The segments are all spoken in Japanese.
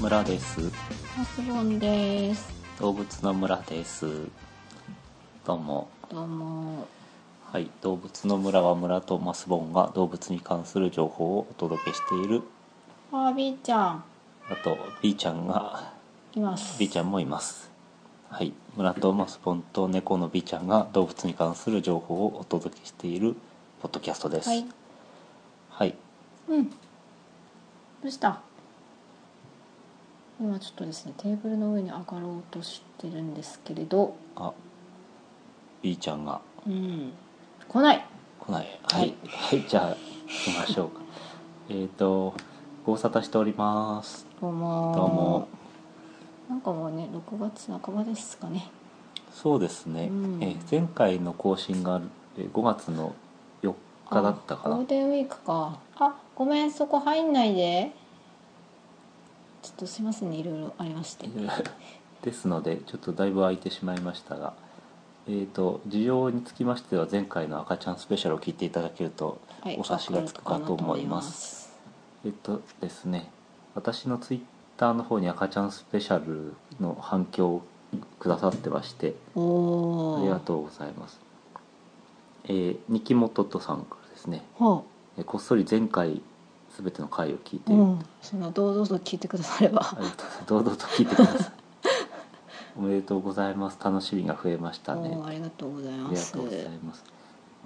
村ですマスボンです。動物の村ですどうもどうも。はい動物の村は村とマスボンが動物に関する情報をお届けしているあー、ビーちゃん。あと B ちゃんがいます。 B ちゃんもいますはい村とマスボンと猫の B ちゃんが動物に関する情報をお届けしているポッドキャストですはい。はいうん。どうした。今ちょっとですね、テーブルの上に上がろうとしてるんですけれど。あ B ちゃんがうん。来ない。来ないはい、はい、じゃあ行きましょうかえっとご無沙汰しておりますどうも。どうも。なんかもうね、6月半ばですかね。そうですね、うんえー前回の更新がえー5月の4日だったかあゴーなルデンウィークか。あ、ごめん、そこ入んないで。ちょっとすいませんね、いろいろありまして。 ですのでちょっとだいぶ空いてしまいましたがえっ、と事情につきましては前回の赤ちゃんスペシャルを聞いていただけるとはい。お察しがつくかと思いますえっとですね私のツイッターの方に赤ちゃんスペシャルの反響をくださってましておあお。りがとうございます。えー、ニキモトトさんからですね、はえーこっそり前回すべての回を聞いあ、て、うん、その堂々と聞いてくださればありがとうございます堂々と聞いてくだ さい。おめでとうございます。楽しみが増えましたねお。ーありがとうございあまりがすとうございます。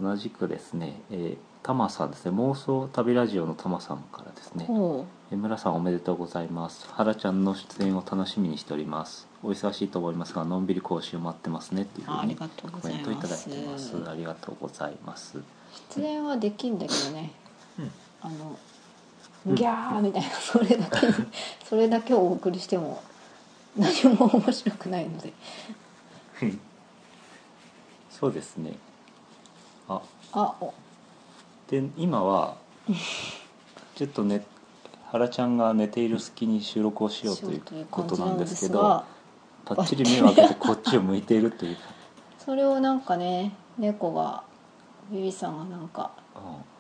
同じくですね、えー、タマさんですね、妄想旅ラジオのタマさんからですね、ほえー村さんおめでとうございます。ハラちゃんの出演を楽しみにしております。お忙しいと思いますが、のんびり講習待ってますねっていううふうにあありがとうごコざメンいトいたまだいてすます。ありがとうござい ます。出演はできんだけどね、うんあのうんギャーみたいなそれ だけにそれだけをお送りしても何も面白くないのでそうですね。あ、あおで今はちょっとね、原ちゃんが寝ている隙に収録をしようということなんですけど、パッチリ目を開けてこっちを向いているという。それをなんかね猫がビビさんがなんか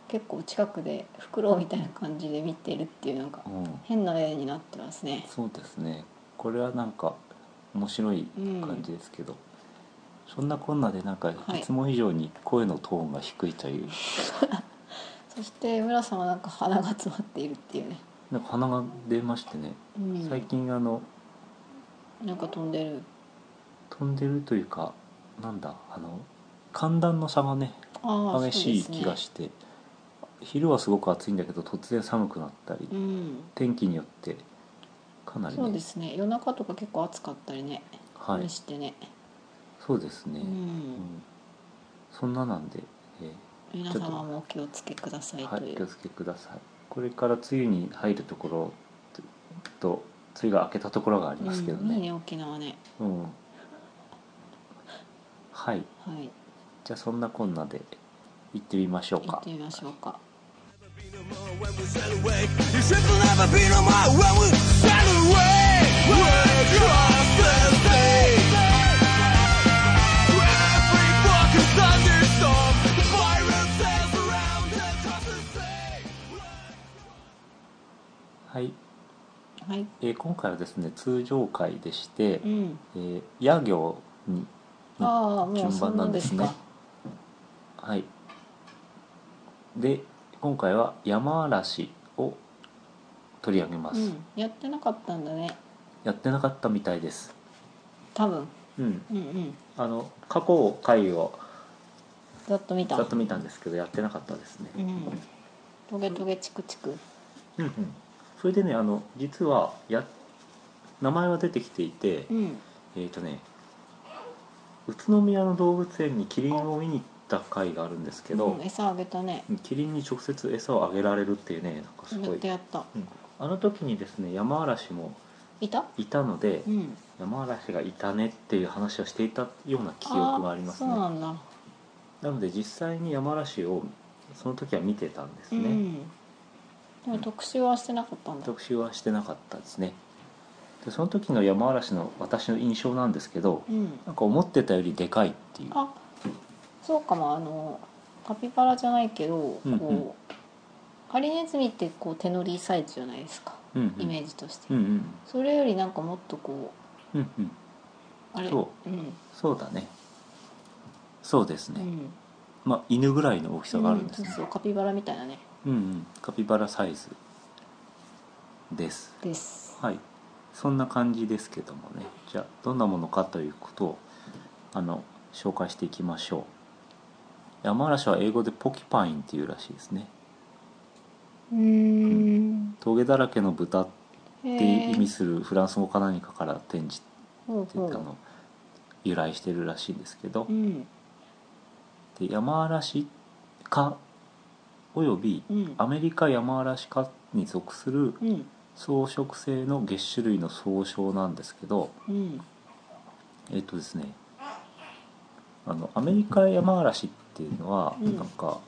結構近くでフクロウみたいな感じで見てるっていうなんかうん、うん変な絵になってますねそうですね。これはなんか面白い感じですけど。そんなこんなでなんかいはいつも以上に声のトーンが低いという、そして村さんはなんか鼻が詰まっているっていうね、なんか鼻が出ましてね、うん、最近あのなんか飛んでる飛んでるというかなんだあの寒暖の差がねああ激しいそうです気ねがして、昼はすごく暑いんだけど突然寒くなったり、うん天気によってかなり、ねそうですね夜中とか結構暑かったりねはい試、してね、そうですね、ううんん、そんななんで、え皆様もお気をつけくださーいはとい、おい気をうつけくださいこれから梅雨に入るところと梅雨が明けたところがありますけどうんいいね、ね沖縄ねうんはいはいじゃあそんなこんなで行ってみましょう行かってみましょうか You simple never be no more when we sail away. We're across the sea. Where every fucking thunderstorm, the pirate sails around across the sea. はいはいえー今回はですね通常回でしてう、んえー、野行にああもう順そ番んななんんでですすねかはいで今回は山嵐を取り上げます、うんやってなかったんだねやってなかったみたいです多分うんうんうんあの過去回をざっと見たざっと見たんですけどやってなかったですねうんトゲトゲチクチクうんうんそれでねあの実はや名前は出てきていて、うんえっ、とね宇都宮の動物園にキリンを見に行った回があるんですけど、うん、餌あげたねキリンに直接餌をあげられるっていうねなんかすやごっいてやったうんあの時にですね山嵐もいたいたので、うん山嵐がいたねっていう話をしていたような記憶がありますねーそうななんだ、ので実際に山嵐をその時は見てたんですうね、んでも特集はしてなかったんだ特集はしてなかったですねでその時の山嵐の私の印象なんですけどうんなんか思ってたよりでかいっていうあそうかもあのカピバラじゃないけどこう、うんうんハリネズミってこう手乗りサイズじゃないですかうんうんイメージとして、うんうんそれよりなんかもっとこうんうんうあれそうんそうだねそうですうね、んまあ犬ぐらいの大きさがあるんですねうそうカピバラみたいなねうんうんカピバラサイズですですはいそんな感じですけどもねじゃあどんなものかということをあの紹介していきましょう山嵐は英語でポキパインっていうらしいですねうーん峠だらけの豚ってへ意え味するフランス語か何かから転じてほうあほうの由来してるらしいんですけどうんで山嵐科およびうんアメリカ山嵐科に属するうん草食性の月種類の総称なんですけどうんえっとですねあのアメリカヤマアラシっていうのはうんなんか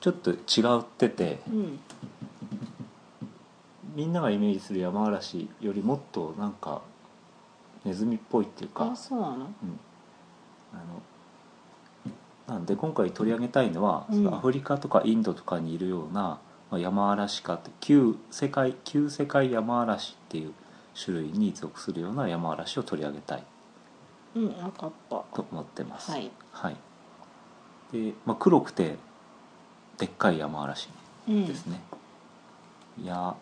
ちょっと違ってて、うんみんながイメージするヤマアラシよりもっとなんかネズミっぽいっていうか、あそうなのうんあのなんで今回取り上げたいのは、うんそのアフリカとかインドとかにいるような、まあ、ヤマアラシ科って旧世界旧世界ヤマアラシっていう種類に属するようなヤマアラシを取り上げたいうん分かったと思ってます。はいはい、で、まあ、黒くてでっかい山嵐うんですね、山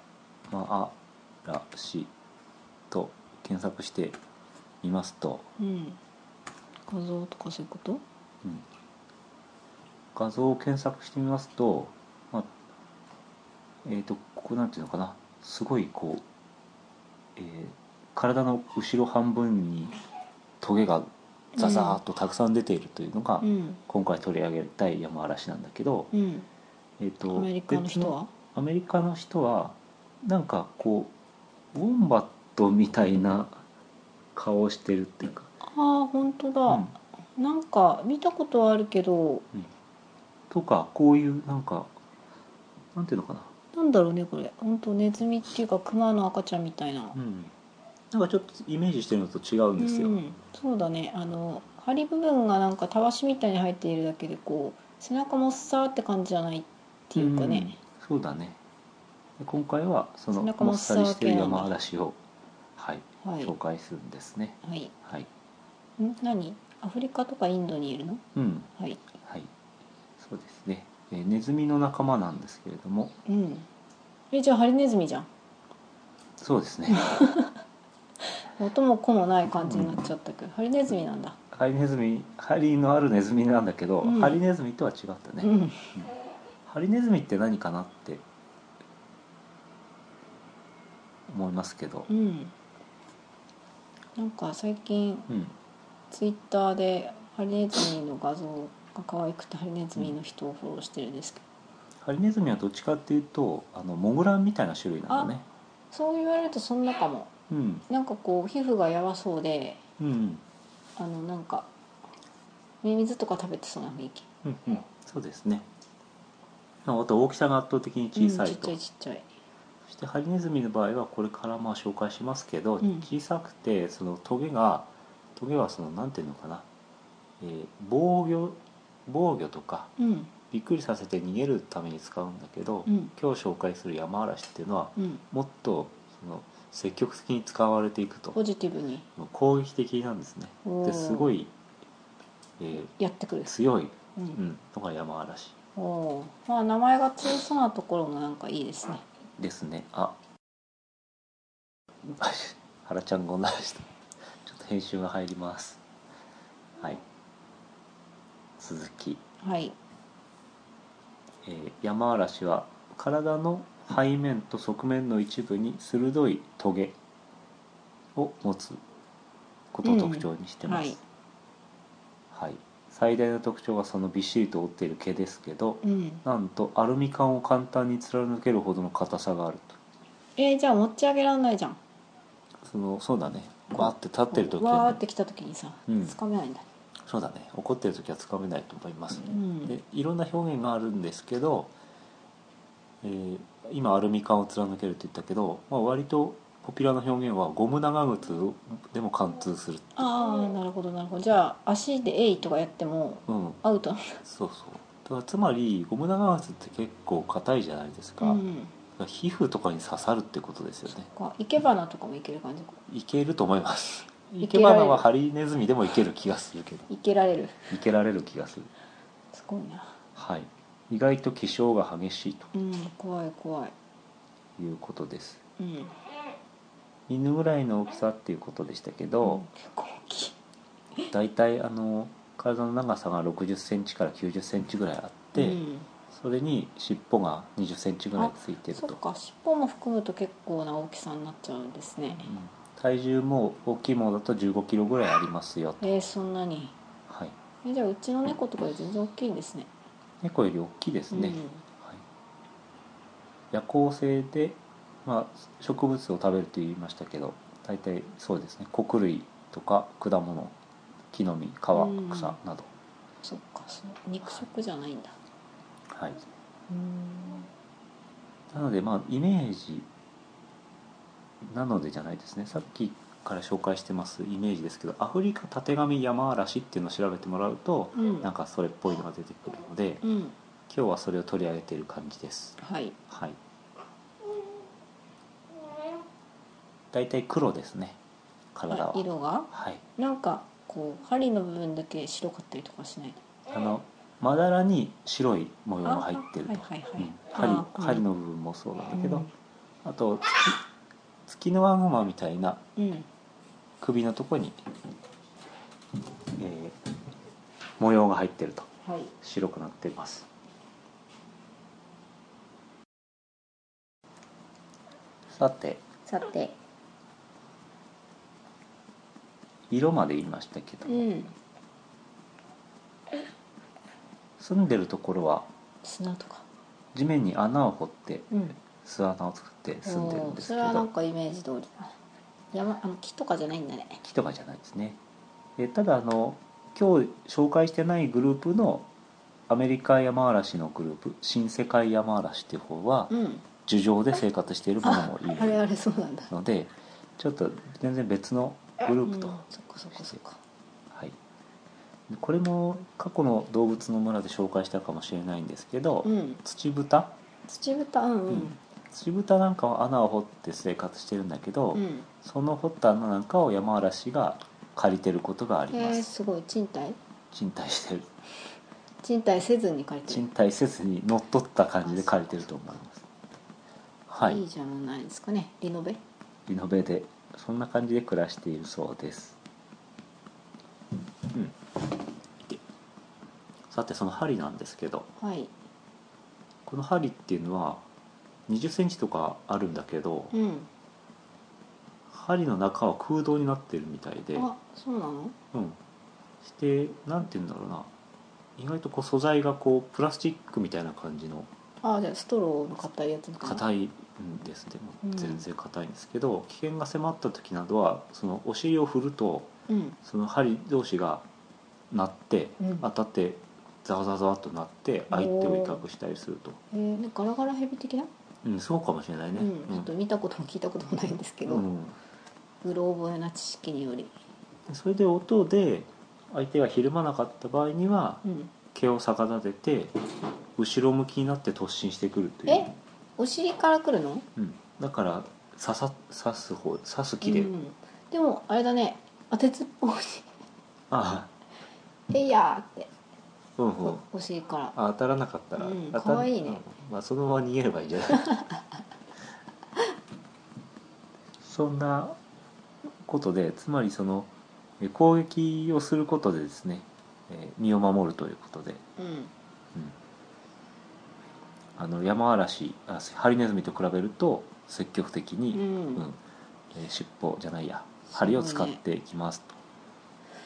嵐と検索してみますと、うん画像とかそういうことうん画像を検索してみますと、まあ、えっ、とここなんていうのかなすごいこう、えー体の後ろ半分にトゲがザザーっとたくさん出ているというのが、うん今回取り上げたい山嵐なんだけど、うんえー、とアメリカの人は別アメリカの人はなんかこうウォンバットみたいな顔をしてるっていうか、ああ本当だ、うんなんか見たことはあるけどとかこういうなんかなんていうのかな、なんだろうねこれ本当ネズミっていうかクマの赤ちゃんみたいなう、ん、なんかちょっとイメージしてるのと違うんですよ。うんそうだねあの針部分がなんかたわしみたいに入っているだけでこう背中もっさーって感じじゃないっていうかね、うんそうだねで今回はその背中ももっっささりりしてる山嵐を、はいはい紹介するんですね。はいんはい、何アフリカとかインドにいるのうんはいはい、そうですね、えーネズミの仲間なんですけれどもうんえじゃあハリネズミじゃんそうですね音も子もない感じになっちゃったけど、ハリネズミなんだハリネズミハリのあるネズミなんだけど、うんハリネズミとは違ったね、うんハリネズミって何かなって思いますけどう、んなんか最近うんツイッターでハリネズミの画像が可愛くてハリネズミの人をフォローしてるんですけどハリネズミはどっちかっていうとあのモグラみたいな種類なんだねそう言われるとそんなかもうんなんかこう皮膚がやばそうでうんあのなんかミミズとか食べてそうな雰囲気うんうんそうですねあと大きさが圧倒的に小さういんちっちと、ゃいちっちゃいそしてハリネズミの場合はこれからまあ紹介しますけど、うん小さくてそのトゲがトゲはそのなんていうのかな、えー防御防御とかうんびっくりさせて逃げるために使うんだけど、うん今日紹介するヤマアラシっていうのはうんもっとその積極的に使われていくポとジティブに攻撃的なんですね。おでーすごい、えやってくるー、強い、ううんん、のがヤマアラシおおーまあ名前が強そうなところもなんかいいですねですねあ 原ちゃんが鳴らしたちょっと編集が入りますはい続き、はいえー、山嵐は体の背面と側面の一部に鋭いトゲを持つことを特徴にしてます、うんはい、最大の特徴がそのびっしりと覆っている毛ですけどうんなんとアルミ缶を簡単に貫けるほどの硬さがあるとえー、じゃあ持ち上げられないじゃんそのそうだねわーって立ってる時わーは、ってきた時にさうんつかめないんだそうだね怒ってる時はつかめないと思いますね、うんでいろんな表現があるんですけど、えー今アルミ缶を貫けるって言ったけど、まあ、割とポピュラーな表現はゴム長靴でも貫通する、ああなるほどなるほどじゃあ足で「えい」とかやってもうん、アウトなんそうそうだからつまりゴム長靴って結構硬いじゃないですだ、か、うん、皮膚とかに刺さるってことですよねか生け花とかもいける感じかいけると思いますいいけけられるばなはハリネズミでもいける気がするけどいけられるいけられる気がするすごいなはい意外と気性が激しいとうん怖い怖いいうことですうん、うん、犬ぐらいの大きさっていうことでしたけど、結構大きいだいたいあの体の長さが6 0ンチから9 0ンチぐらいあって、うん、それに尻尾が2 0ンチぐらいついてるそとっか尻尾も含むと結構な大きさになっちゃうんですね、うん体重も大きいものだと1 5キロぐらいありますよと、えー、そんなにはい、えじゃあうちの猫とかより全然大きいんですね猫より大きいですね、うんはい、夜行性で、まあ、植物を食べると言いましたけど大体そうですね穀類とか果物木の実皮うん草など、そっかそう肉食じゃないんだはい、うんなのでまあイメージなのでじゃないですねさっきから紹介してますイメージですけどアフリカたてがみ山嵐っていうのを調べてもらうと、うんなんかそれっぽいのが出てくるので、うん今日はそれを取り上げている感じですはいはい大体黒ですね体はあ色がはいなんかこう針の部分だけ白かったりとかしないあのまだらに白い模様が入ってると、あはいはいはいうんあー針針の部分もそうなんだけど、うんあとツキツキノワグマみたいなうん首のとこに、えー模様が入ってるとはい白くなってますさてさて色まで言いましたけど、うん住んでるところは砂とか地面に穴を掘ってうん巣穴を作って住んでるんですそけれはなんどかイメージ通りだ山あの木とかじゃないんだね木とかじゃないですねえただあの今日紹介してないグループのアメリカヤマアラシのグループ新世界ヤマアラシっていう方はうん樹上で生活しているものもいあれるあれそうなんだのでちょっと全然別のグループと、うんはそっかそっかそっかいでこれも過去の動物の村で紹介したかもしれないんですけど、うん土豚土豚うんううんん土豚なんかは穴を掘って生活してるんだけど、うん、その掘った穴なんかを山嵐が借りてることがありえまー、す、すごい賃貸賃貸してる賃貸せずに借りてる賃貸せずに乗っ取った感じで借りてると思いますはいいいじゃないですかねリノベリノベでそんな感じで暮らしているそうです、うん、でさてその針なんですけどはいこの針っていうのは2 0センチとかあるんだけど、うん針の中は空洞になってるみたいであそうなのうん、してなんて言うんだろうな意外とこう素材がこうプラスチックみたいな感じのあじゃあストローの硬いやつかな硬いんですでもうん全然硬いんですけど、危険が迫った時などはそのお尻を振るとうんその針同士が鳴って、うん当たってザワザワザワっと鳴って相手を威嚇したりすると、えー、なんかガラガラヘビ的な、うん、そうかもしれないね、うん、ちょっと見たことも聞いたこともないんですけど、ううんろ覚えな知識により、それで音で相手がひるまなかった場合にはうん、毛を逆立てて後ろ向きになって突進してくるというえお尻から来るのうん、だから刺さ刺す方刺す気で、うん、でもあれだね当てつっぽい あえいやーってあうんうんお尻からあ当たらなかったら、うん当たん可愛いねうんまあ、そのまま逃げればいいんじゃ ないそんなことでつまりそのえ攻撃をすることでですね、えー身を守るということで、うんうん、あの山嵐あハリネズミと比べると積極的に、うんうんえー尻尾じゃないや針を使っていきます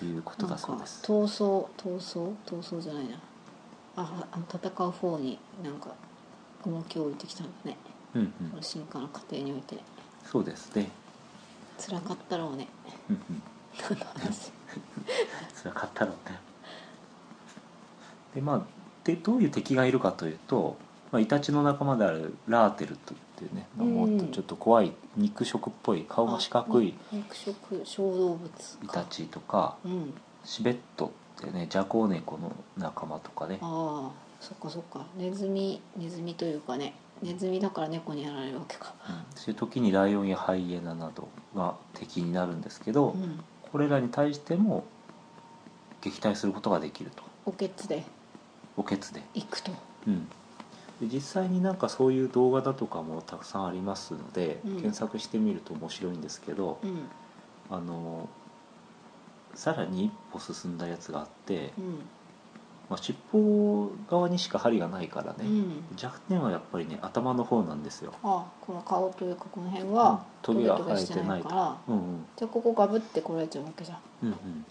ということだなんかそう闘です。争闘争闘争じゃないなああの戦う方になんか重きを置いてきたんだねうんうん、この進化の過程においてそうですね。辛かったろ うねうんうん、 何の話辛かったろうね。でまあでどういう敵がいるかというと、まあ、イタチの仲間であるラーテルとっていうね、まあうんもっとちょっと怖い肉食っぽい顔が四角いあ肉食小動物イかタチとかうんシベットってねジャコウネコの仲間とかねああそっかそっかネズミネズミというかねネズミだから猫にやられるわけか、そういう時にライオンやハイエナなどが敵になるんですけど、うん、これらに対しても撃退することができるとおけつでおけつで,、行くと、うん、で実際になんかそういう動画だとかもたくさんありますので、うん検索してみると面白いんですけどう、んあのさらに一歩進んだやつがあって、うんまあ、尻尾側にしか針がないからね、うん、弱点はやっぱりね頭の方なんですよ。あこの顔というかこの辺はうんトゲが生えてトゲなないいとからうんうんじゃあここガブってこられちゃうわけじゃん、うんうん、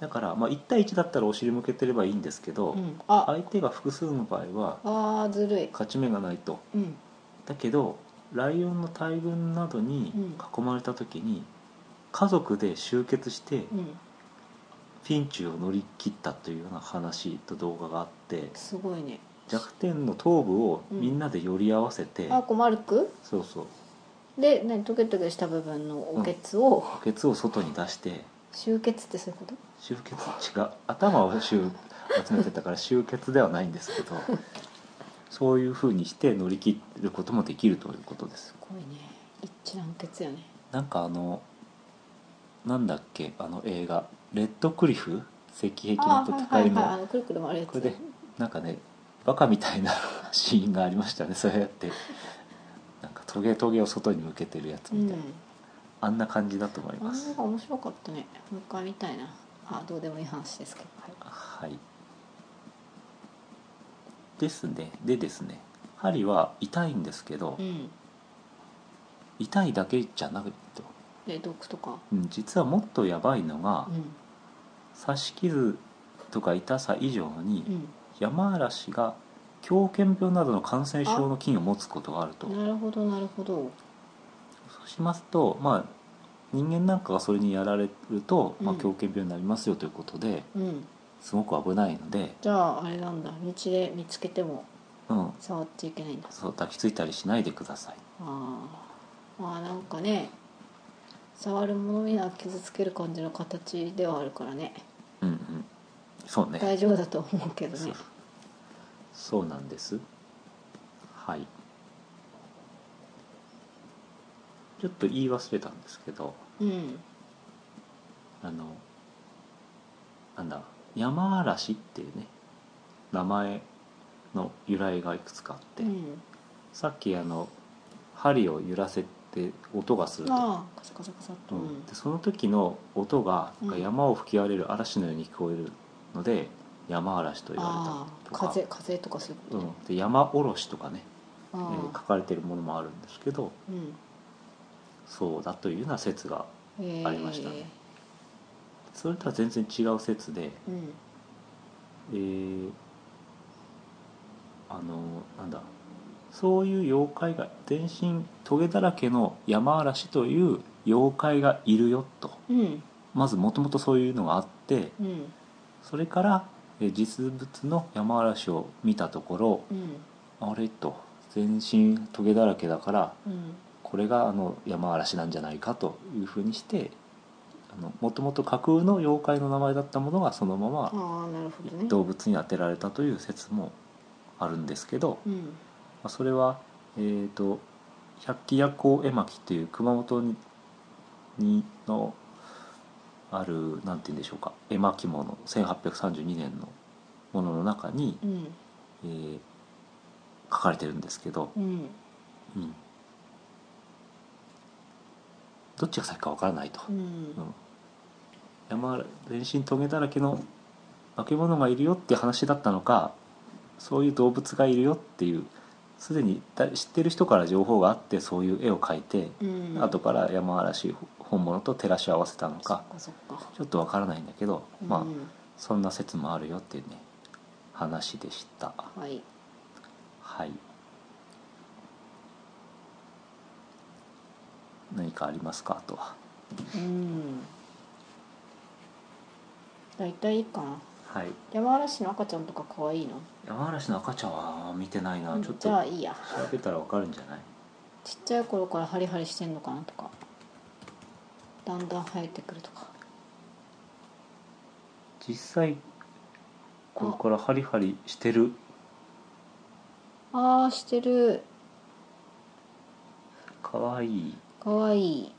だから、まあ、1対1だったらお尻向けてればいいんですけど、うん、あ相手が複数の場合はあーずるい勝ち目がないとうんだけどライオンの大群などに囲まれた時に、家族で集結してうんピンチを乗り切ったというような話と動画があってすごいね弱点の頭部をみんなで寄り合わせて、あこう丸くそうそうで何トゲトゲした部分のおけつをケツを外に出して集結ってそういうこと集結違う頭を集集めてたから集結ではないんですけど そういうふうにして乗り切ることもできるということですすごいね一致団結やねなんかあのなんだっけあの映画「レッドクリフ石壁あのーは戦いいはいはいあののくるくる回るやこれつでなんかねバカみたいな シーンがありましたねそうやってなんかトゲトゲを外に向けてるやつうみんたいな、あんな感じだと思いあまのすが面白かったねもう一回見たいなあどうでもいい話ですけどははいいですねでですね針は痛いんですけど、うん痛いだけじゃなくて、で毒とかうん実はもっとやばいのが、う刺し傷とか痛さ以上に、ん山嵐が狂犬病などの感染症の菌を持つことがあるとうんなるほどなるほどそうしますとまあ人間なんかがそれにやられると、まあ、うん狂犬病になりますよということで、うんすごく危ないので、じゃああれなんだ道で見つけてもうん、触っちゃいけないんだそう抱きついたりしないでくださいあーまあなんかね触るものには傷つける感じの形ではあるからねうんうんそうね大丈夫だと思うけどそねうそうなんですはいちょっと言い忘れたんですけどうんあのなんだ山嵐っていうね名前の由来がいくつかあって、うんさっきあの針を揺らせて音がすると、ああカサカサカサっとううんんでその時の音がなんかうん山を吹き荒れる嵐のように聞こえるので、山嵐と言わあれたあとか風風とかそういううことねん、で山おろしとかね、えー書ああかれてるものもあるんですけどうんそうだというような説がえーありましたねそれとは全然違う説で、うんえーあのなんだそういう妖怪が全身トゲだらけの山嵐という妖怪がいるよとうんまずもともとそういうのがあってうんそれからえー実物の山嵐を見たところうんあれと全身トゲだらけだからうんこれがあの山嵐なんじゃないかというふうにしてもともと架空の妖怪の名前だったものがそのままああなるほどね動物に当てられたという説もあるんですけど、まうんあそれは、えー、と百鬼夜行絵巻っていう熊本ににのあるなんて言うんでしょうか絵巻物1832年のものの中に、うんえー書かれてるんですけど、うんうん、どっちが先かわからないと、ううんん山全身トゲだらけの化け物がいるよって話だったのかそういう動物がいるよっていうすでにだ知ってる人から情報があってそういう絵を描いて、うん後から山嵐本物と照らし合わせたのそかっかそっかちょっとわからないんだけど、まああそんな説もあるよっていうね話でした。はいはい。何かありますかあとは。うん大体いいかなはい。山嵐の赤ちゃんとか可愛いの山嵐の赤ちゃんは見てないな。ちょっとじゃあ調いいやべたらわかるんじゃない？ちっちゃい頃からハリハリしてんのかなとかだんだん生えてくるとか実際これからハリハリしてる。ああしてるかわいいかわいい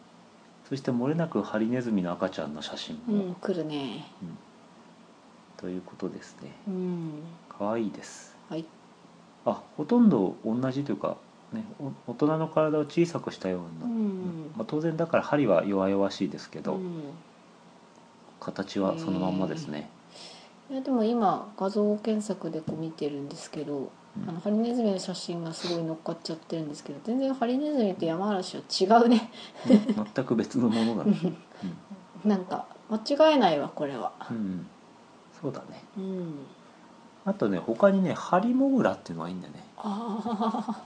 そして漏れなくハリネズミの赤ちゃんの写真うも、ん来るねということですねうんかわいいですはいあほとんど同じというか、ね、お大人の体を小さくしたような、うんまあ、当然だから針は弱々しいですけど、うん形はそのまんまですね、いやでも今画像検索でこう見てるんですけど、うんあのハリネズミの写真がすごい乗っかっちゃってるんですけど全然ハリネズミとヤマアラシは違うねうん全く別のものだね、 なんか間違えないわこれはうんうんそうだねうんあとね他にねハリモグラっていうのがいいんだよねああ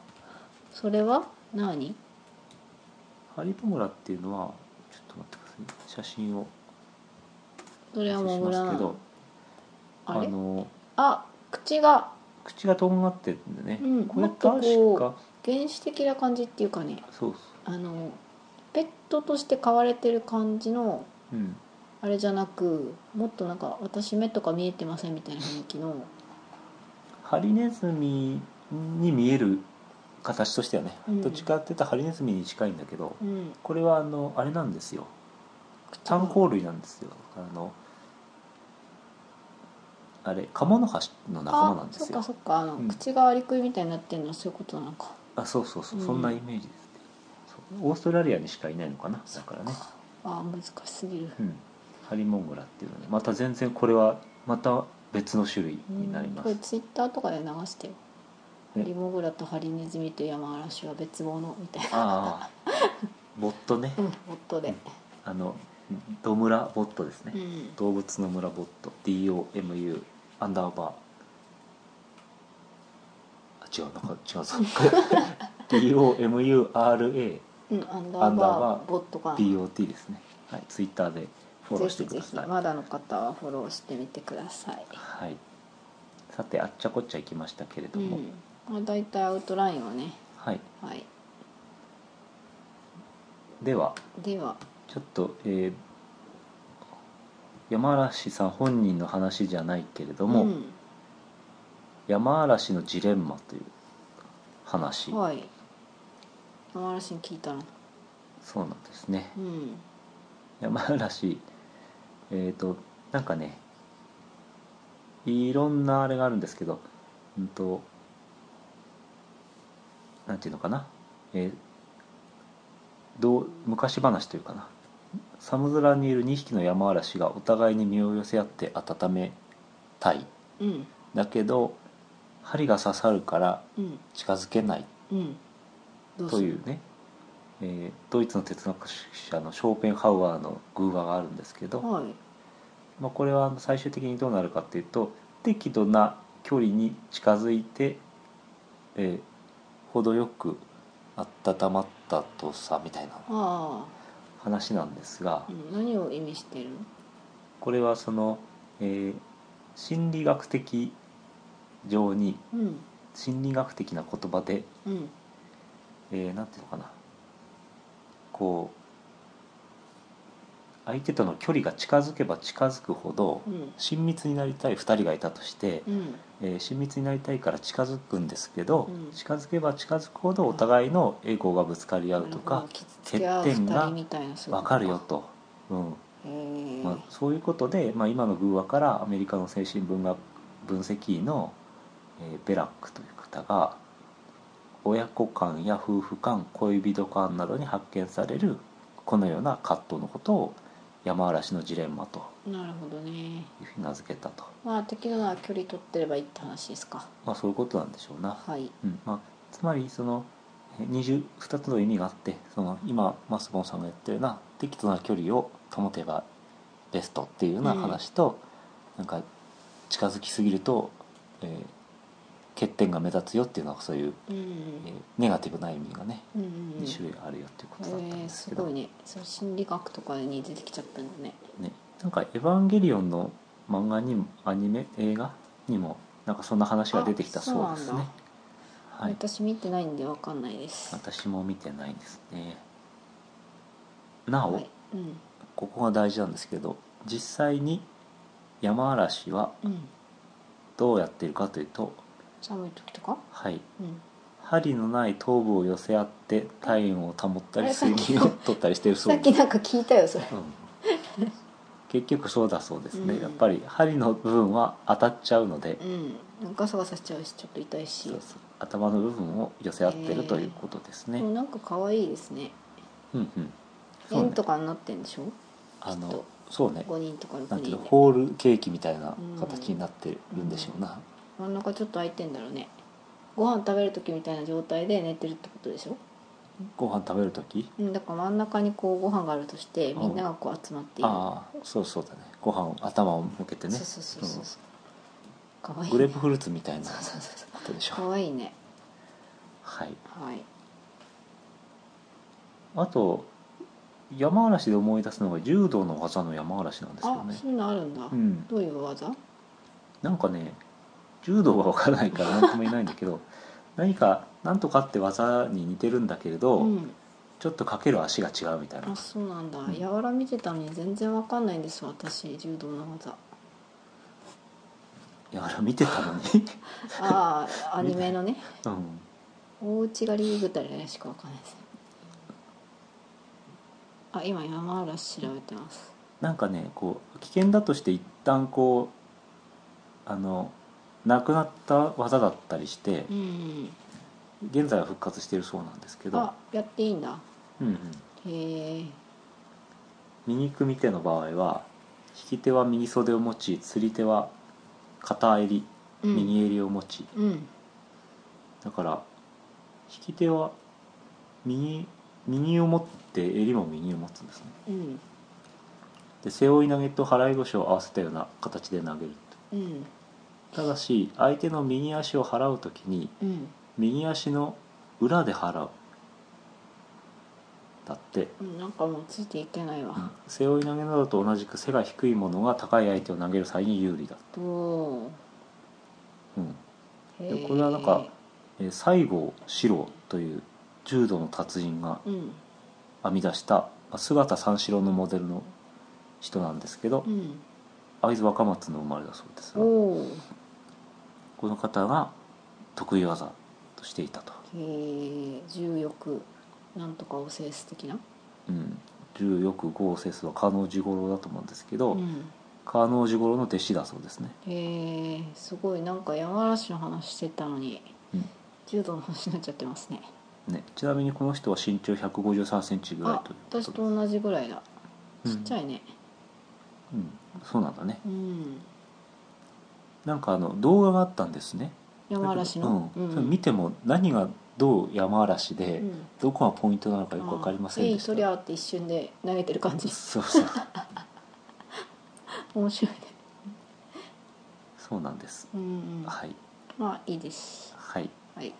それは何ハリモグラっていうのはちょっと待ってください写真をそれはお見せしモまグラすなけのどあれのあ口が口がとんがってるんでね、うんこれもっとこ確うか原始的な感じっていうかねそうそあのペットとして飼われてる感じのううんあれじゃなくもっとなんか私目とか見えてませんみたいな雰囲気のハリネズミに見える形としてはね、うんどっちかって言ったらハリネズミに近いんだけどうんこれはあのあれなんですよ口が炭鉱類なんですよあのあれカモノハシの仲間なんですよあそっかそっかあの、うん口がアリクイみたいになってるのはそういうことなのかあそうそうそう、うんそんなイメージですねそうオーストラリアにしかいないのかなだからねあー難しすぎるうんハリモングラっていうのねまた全然これはまた別の種類になりまうんこれす、ツイッターとかで流してよえリモグラとハリネズミとヤマアラシは別物みたいなああボットね、うん夫であのドムラボットですね、うん動物の村ボット DOMU アンダーバーあ違うなんか違う ぞ DOMURABOT うんアンダーバーボットかなですねはいツイッターでフォロぜーしてひくぜだひさいまだの方はフォローしてみてくださいはいさてあっちゃこっちゃ行きましたけれどうも、んまあ大体アウトラインはねはいはいではではちょっと、えー山嵐さん本人の話じゃないけれども、うん山嵐のジレンマという話、はいヤマアラシに聞いたのそうなんですねうん山嵐えっ、となんかねいろんなあれがあるんですけどうんとなんていうのかな、えーどう昔話というかな寒空にいる2匹の山嵐がお互いに身を寄せ合って温めたいうんだけど針が刺さるからうん近づけないうんどすとるいうね、えードイツの哲学者のショーペンハウアーの偶話があるんですけど、はいまあ、これは最終的にどうなるかっていうと適度な距離に近づいて、えー程よく温まったとさみたいなあ話なんですがあ、うん何を意味してるのこれはその、えー心理学的上にうん心理学的な言葉でうんえーなんていうのかなこう相手との距離が近づけば近づくほどうん親密になりたい2人がいたとして、うんえー親密になりたいから近づくんですけど、うん近づけば近づくほどお互いのエゴがぶつかり合うとなかるほど傷つけ合う欠点が二人みたいなそう分いうことかるよと、うんへえまあ、そういうことで、まあ、今の偶話からアメリカの精神文学分析医の、えーベラックという方が親子間や夫婦間恋人間などに発見されるこのような葛藤のことを山嵐のジレンマとなるほどねいうふうに名付けたと、まあ適度な距離取ってればいいって話ですかまあ、そういうことなんでしょうな。はいうんまあ、つまりそのえー20 2つの意味があってその今マスボンさんが言ったような適度な距離を保てばベストっていうような話と、なんか近づきすぎると、えー欠点が目立つよっていうのはそういう、うんえーネガティブな意味がねうんうんうん2種類あるよっていうことだったんえー、ですすけど、ごいねそう心理学とかに出てきちゃったんだねね、なんか「エヴァンゲリオン」の漫画にもアニメ映画にもなんかそんな話が出てきたそうですあそうなねんだ。はい、私見てないんでわかんないです私も見てないんですねなお、はいうんここが大事なんですけど実際に山嵐はうんどうやってるかというと寒い時とかはいうん針のない頭部を寄せ合って体温を保ったありれ水銀を取ったりしてるそさうっできす、なんか聞いたよそれうん結局そうだそうですね、うんやっぱり針の部分は当たっちゃうので、うんガサガサしちゃうしちょっと痛いしそうそう頭の部分を寄せ合ってるということですでね、もなんか可愛いですねうんうんそう円ねとかになってんでしょあきっとのそうね5人とか6なんていう人のでホールケーキみたいな形になってるんでしょうな、真ん中ちょっと空いてんだろうねご飯食べる時みたいな状態で寝てるってことでしょご飯食べる時うんだから真ん中にこうご飯があるとしてうんみんながこう集まっているああそうそうだねご飯を頭を向けてねそうそうそうそうそうかわいいグレねープフルーツみたいなこそうそうそうとでしかょうわいいねはいはいあと山嵐で思い出すのが柔道の技の山嵐なんですよあねそんなんあるんだうんどういう技なんかね柔道は分からないから何とも言えないんだけど 何か何とかって技に似てるんだけれど、うんちょっとかける足が違うみたいなあそうなんだうん柔ら見てたのに全然わかんないんです私柔道の 技いやあれ見てたの に、ああアニメのねうん、大内刈りぐたりねしかわかんないですねあ今山嵐調べてますなんかねこう危険だとして一旦こうあのなくなった技だったりしてうんうん現在は復活してるそうなんですけどあ、やっていいんだうんうん、へえ右組手の場合は引き手は右袖を持ち釣り手は片襟うん右襟を持ち、うんだから引き手は右右を持って襟も右を持つんですねうんで背負い投げと払い腰を合わせたような形で投げるうんただし相手の右足を払う時にうん右足の裏で払うだって、うんなんかもうついていけないわ、背負い投げなどと同じく背が低いものが高い相手を投げる際に有利だ、おおうんーでへえこれはなんかえー西郷四郎という柔道の達人がうん編み出したまあ姿三四郎のモデルの人なんですけどうん会津若松の生まれだそうですおがおこの方が得意技としていたと、へえ重欲なんとかを制す的なうん、重欲豪セスは加納治五郎だと思うんですけど、うん加納治五郎の弟子だそうですねへえすごいなんか山嵐の話してたのに、うん柔道の話になっちゃってますねね、ちなみにこの人は身長1 5 3ンチぐらいあということで私と同じぐらいだうんちっちゃいねうん、そうなんだねうん、なんかあの動画があったんですね山嵐の、うんそれ見ても何がどう山嵐で、うんどこがポイントなのかよく分かりませんでしあーえいとりたゃーって一瞬で投げてる感じそうそう面白いねそうなんですうんうんはいまあいいですはいはい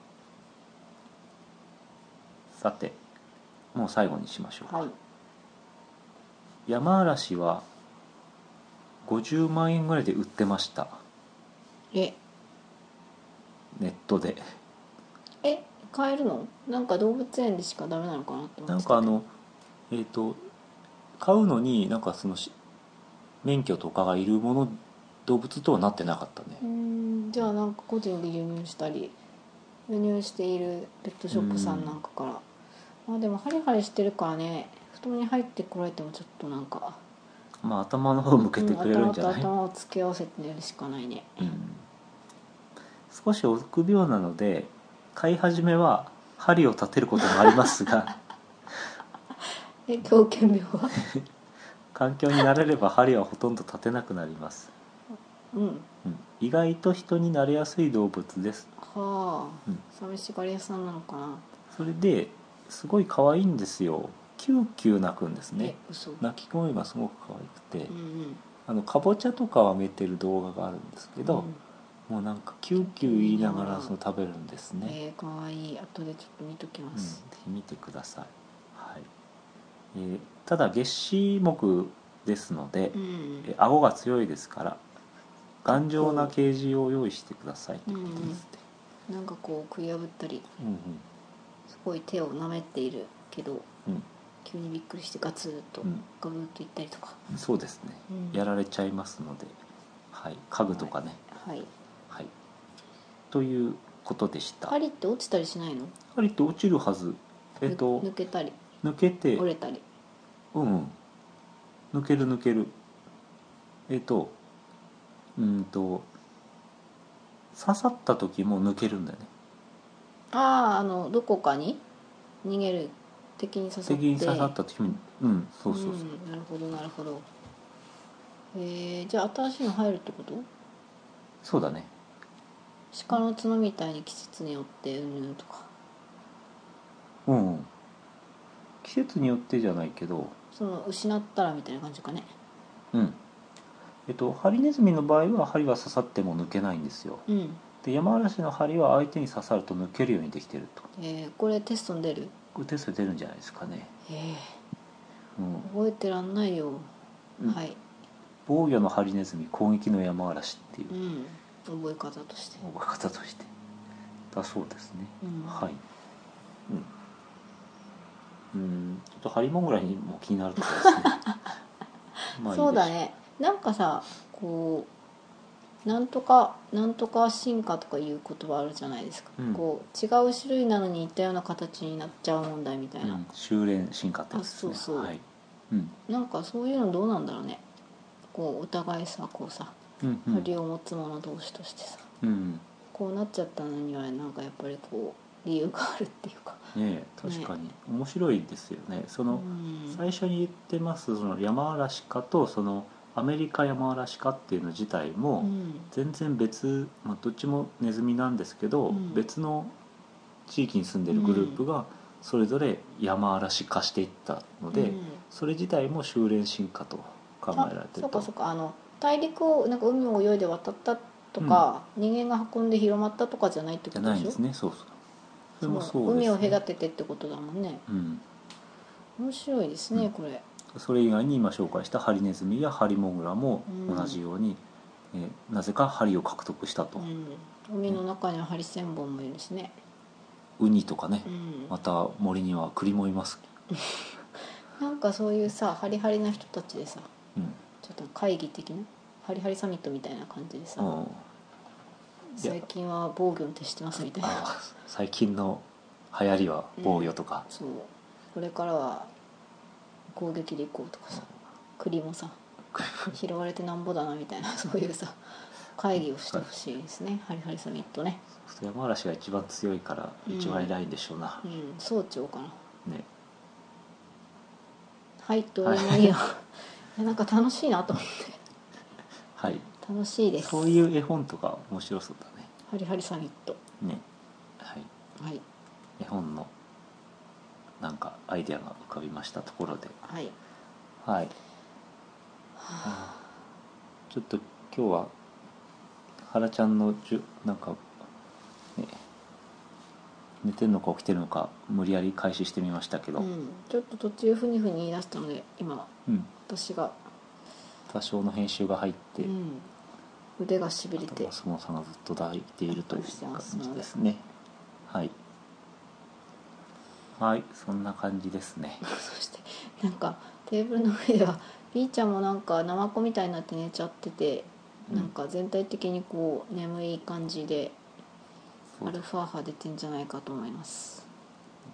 さてもう最後にしましょうか、はい山嵐は50万円ぐらいで売ってましたえネットでえ買えるのなんか動物園でしかダメなのかなって思ってなんかあのえっ、と買うのになんかそのし免許とかがいるもの動物とはなってなかったねうーんじゃあなんか個人で輸入したり輸入しているペットショップさんなんかから、まあでもハリハリしてるからね布団に入ってこられてもちょっとなんかまあ頭の方向けてくれるんじゃうんない、頭と頭を付け合わせて寝るしかないねうん少し臆病なので買い始めは針を立てることもあります がえ狂犬病は環境に慣れれば針はほとんど立てなくなります、うん うん意外と人に慣れやすい動物ですはあ、うん寂しがり屋さんなのかな、それですごい可愛いんですよキューキュー鳴くんですねえ嘘鳴き声がすごく可愛くて、うんうんあのかぼちゃとかをあげてる動画があるんですけど、もうなんかキューキュー言いながらその食べるんですうん、ね、えー、かわいい後でちょっと見ときうまん、ぜす、ひ見てください、はいえーただ月子木ですので、うんえー顎が強いですから頑丈なケージを用意してくださいということですね、なんかこう食い破ったりうんうんすごい手を舐めているけどうん急にびっくりしてガツッとうんガブッといったりとか、そうですね、うんやられちゃいますので、はい、家具とかね、はいはい、ということでした針って落ちたりしないの針って落ちるはずえっ、とぬ抜けたり抜けて折れたりうんうん抜ける抜けるえっ、とうんと刺さった時も抜けるんだよねあああのどこかに逃げる敵に刺さって敵に刺さった時もうんそうそうそう、ん、なるほどなるほどえー、じゃあ新しいの入るってことそうだね鹿の角みたいに季節によってうんうんとかうんうん季節によってじゃないけどその失ったらみたいな感じかねうんえっとハリネズミの場合は針は刺さっても抜けないんですようんで山嵐の針は相手に刺さると抜けるようにできてるとえー、これテストに出るこれテストで出るんじゃないですかね、えうんー、覚えてらんないよ、うんはい防御のハリネズミ攻撃の山嵐っていううん覚え方として覚え方としてだそうですね、うんはいうんうんちょっとハリモグラにも気になるところ ですねまあいいでしょそうだねなんかさこうなんとかなんとか進化とかいう言葉あるじゃないですか、うんこう違う種類なのに似たような形になっちゃう問題みたいうな、ん、修練進化ってやつですねあそうそうはいうんなんかそういうのどうなんだろうねこうお互いさこうさうんうん針を持つ者同士としてさ、うんねこうなっちゃったのにはなんかやっぱりこう理由があるっていうか、え確かに、面白いですよねそうの、ん、最初に言ってますその山嵐化とそのアメリカ山嵐化っていうの自体うもん全然別、まあ、どっちもネズミなんですけど、うん別の地域に住んでるグループがそれぞれ山嵐化していったので、うんそれ自体も修練進化と考えられてあそるうかとそうかあの大陸をなんか海を泳いで渡ったとか、人間が運んで広まったとかじゃないってじこゃとなでいんしでょすねそうそうそれもそのそうです、ね、海を隔ててってことだもんねうん面白いですね、うんこれそれ以外に今紹介したハリネズミやハリモグラも同じように、えーなぜか針を獲得したうと、ん海の中にはハリセンボンもいるしねウニとかね、うんまた森には栗もいます、なんかそういうさハリハリな人たちでさうんちょっと会議的なハリハリサミットみたいな感じでさ、うん、いや最近は防御に徹してますみたいなあ最近の流行りは防御とか、そうこれからは攻撃でいこうとかさ栗もさ拾われてなんぼだなみたいな そういうさ会議をしてほしいですねハリハリサミットね山嵐が一番強いからうん一番偉いんでしょうなう、ん総長かなねはいどうでもいいよいやなんか楽しいなと思ってはい楽しいですそういう絵本とか面白そうだハリハリサミットねねはいはい絵本のなんかアイデアが浮かびましたところではいはい。ちょっと今日は原ちゃんのじゅなんか、ね、寝てるのか起きてるのか無理やり開始してみましたけど、ううん、んちょっと途中ふにふに言い出したので今私が、多少の編集が入って、うん、腕がしびれてそのさんがずっと抱いているという感じですね。はい。はい、そんな感じですね。そしてなんかテーブルの上では B ちゃんもなんかナマコみたいになって寝ちゃってて、うんなんか全体的にこう眠い感じでそうアルファ波出てんじゃないかと思います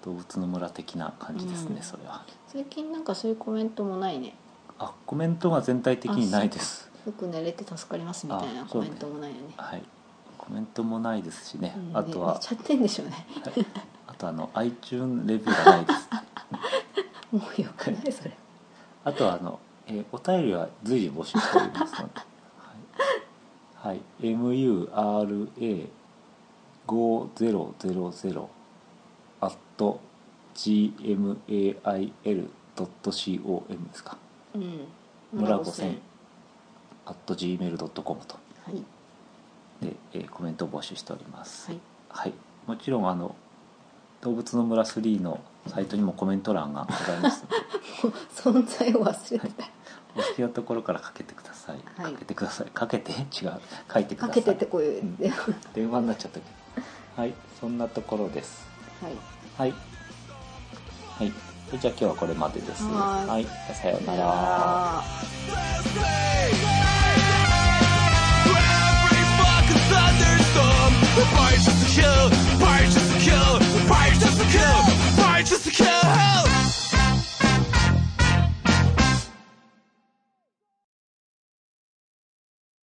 動物の村的な感じですね、うんそれは。最近なんかそういうコメントもないねあ、コメントが全体的にないです。よく寝れて助かりますみたいなあコメントもないよねはい、コメントもないですしね、うんあとね寝はち、ゃってんでしょうね はいあとあの iTune レビューがないです。もうよくないそれあとはあの、えーお便りは随時募集しておりますので、 はい、はい、mura 五ゼロゼロゼロ at gmail ドット com ですか、うん村五千 at gmail ドット com とはいで、えーコメントを募集しております。はいはい、もちろんあの動物の村3のサイトにもコメント欄がございますのでもう存在を忘れてた、お好きなところからかけてください、はいかけてくださいかけて違う書いてくだかさいけてってこういう、うん電話電話になっちゃったけどはいそんなところですはいはいはいじゃあ今日はこれまでですはーいはいさようさなよらなら Thursday.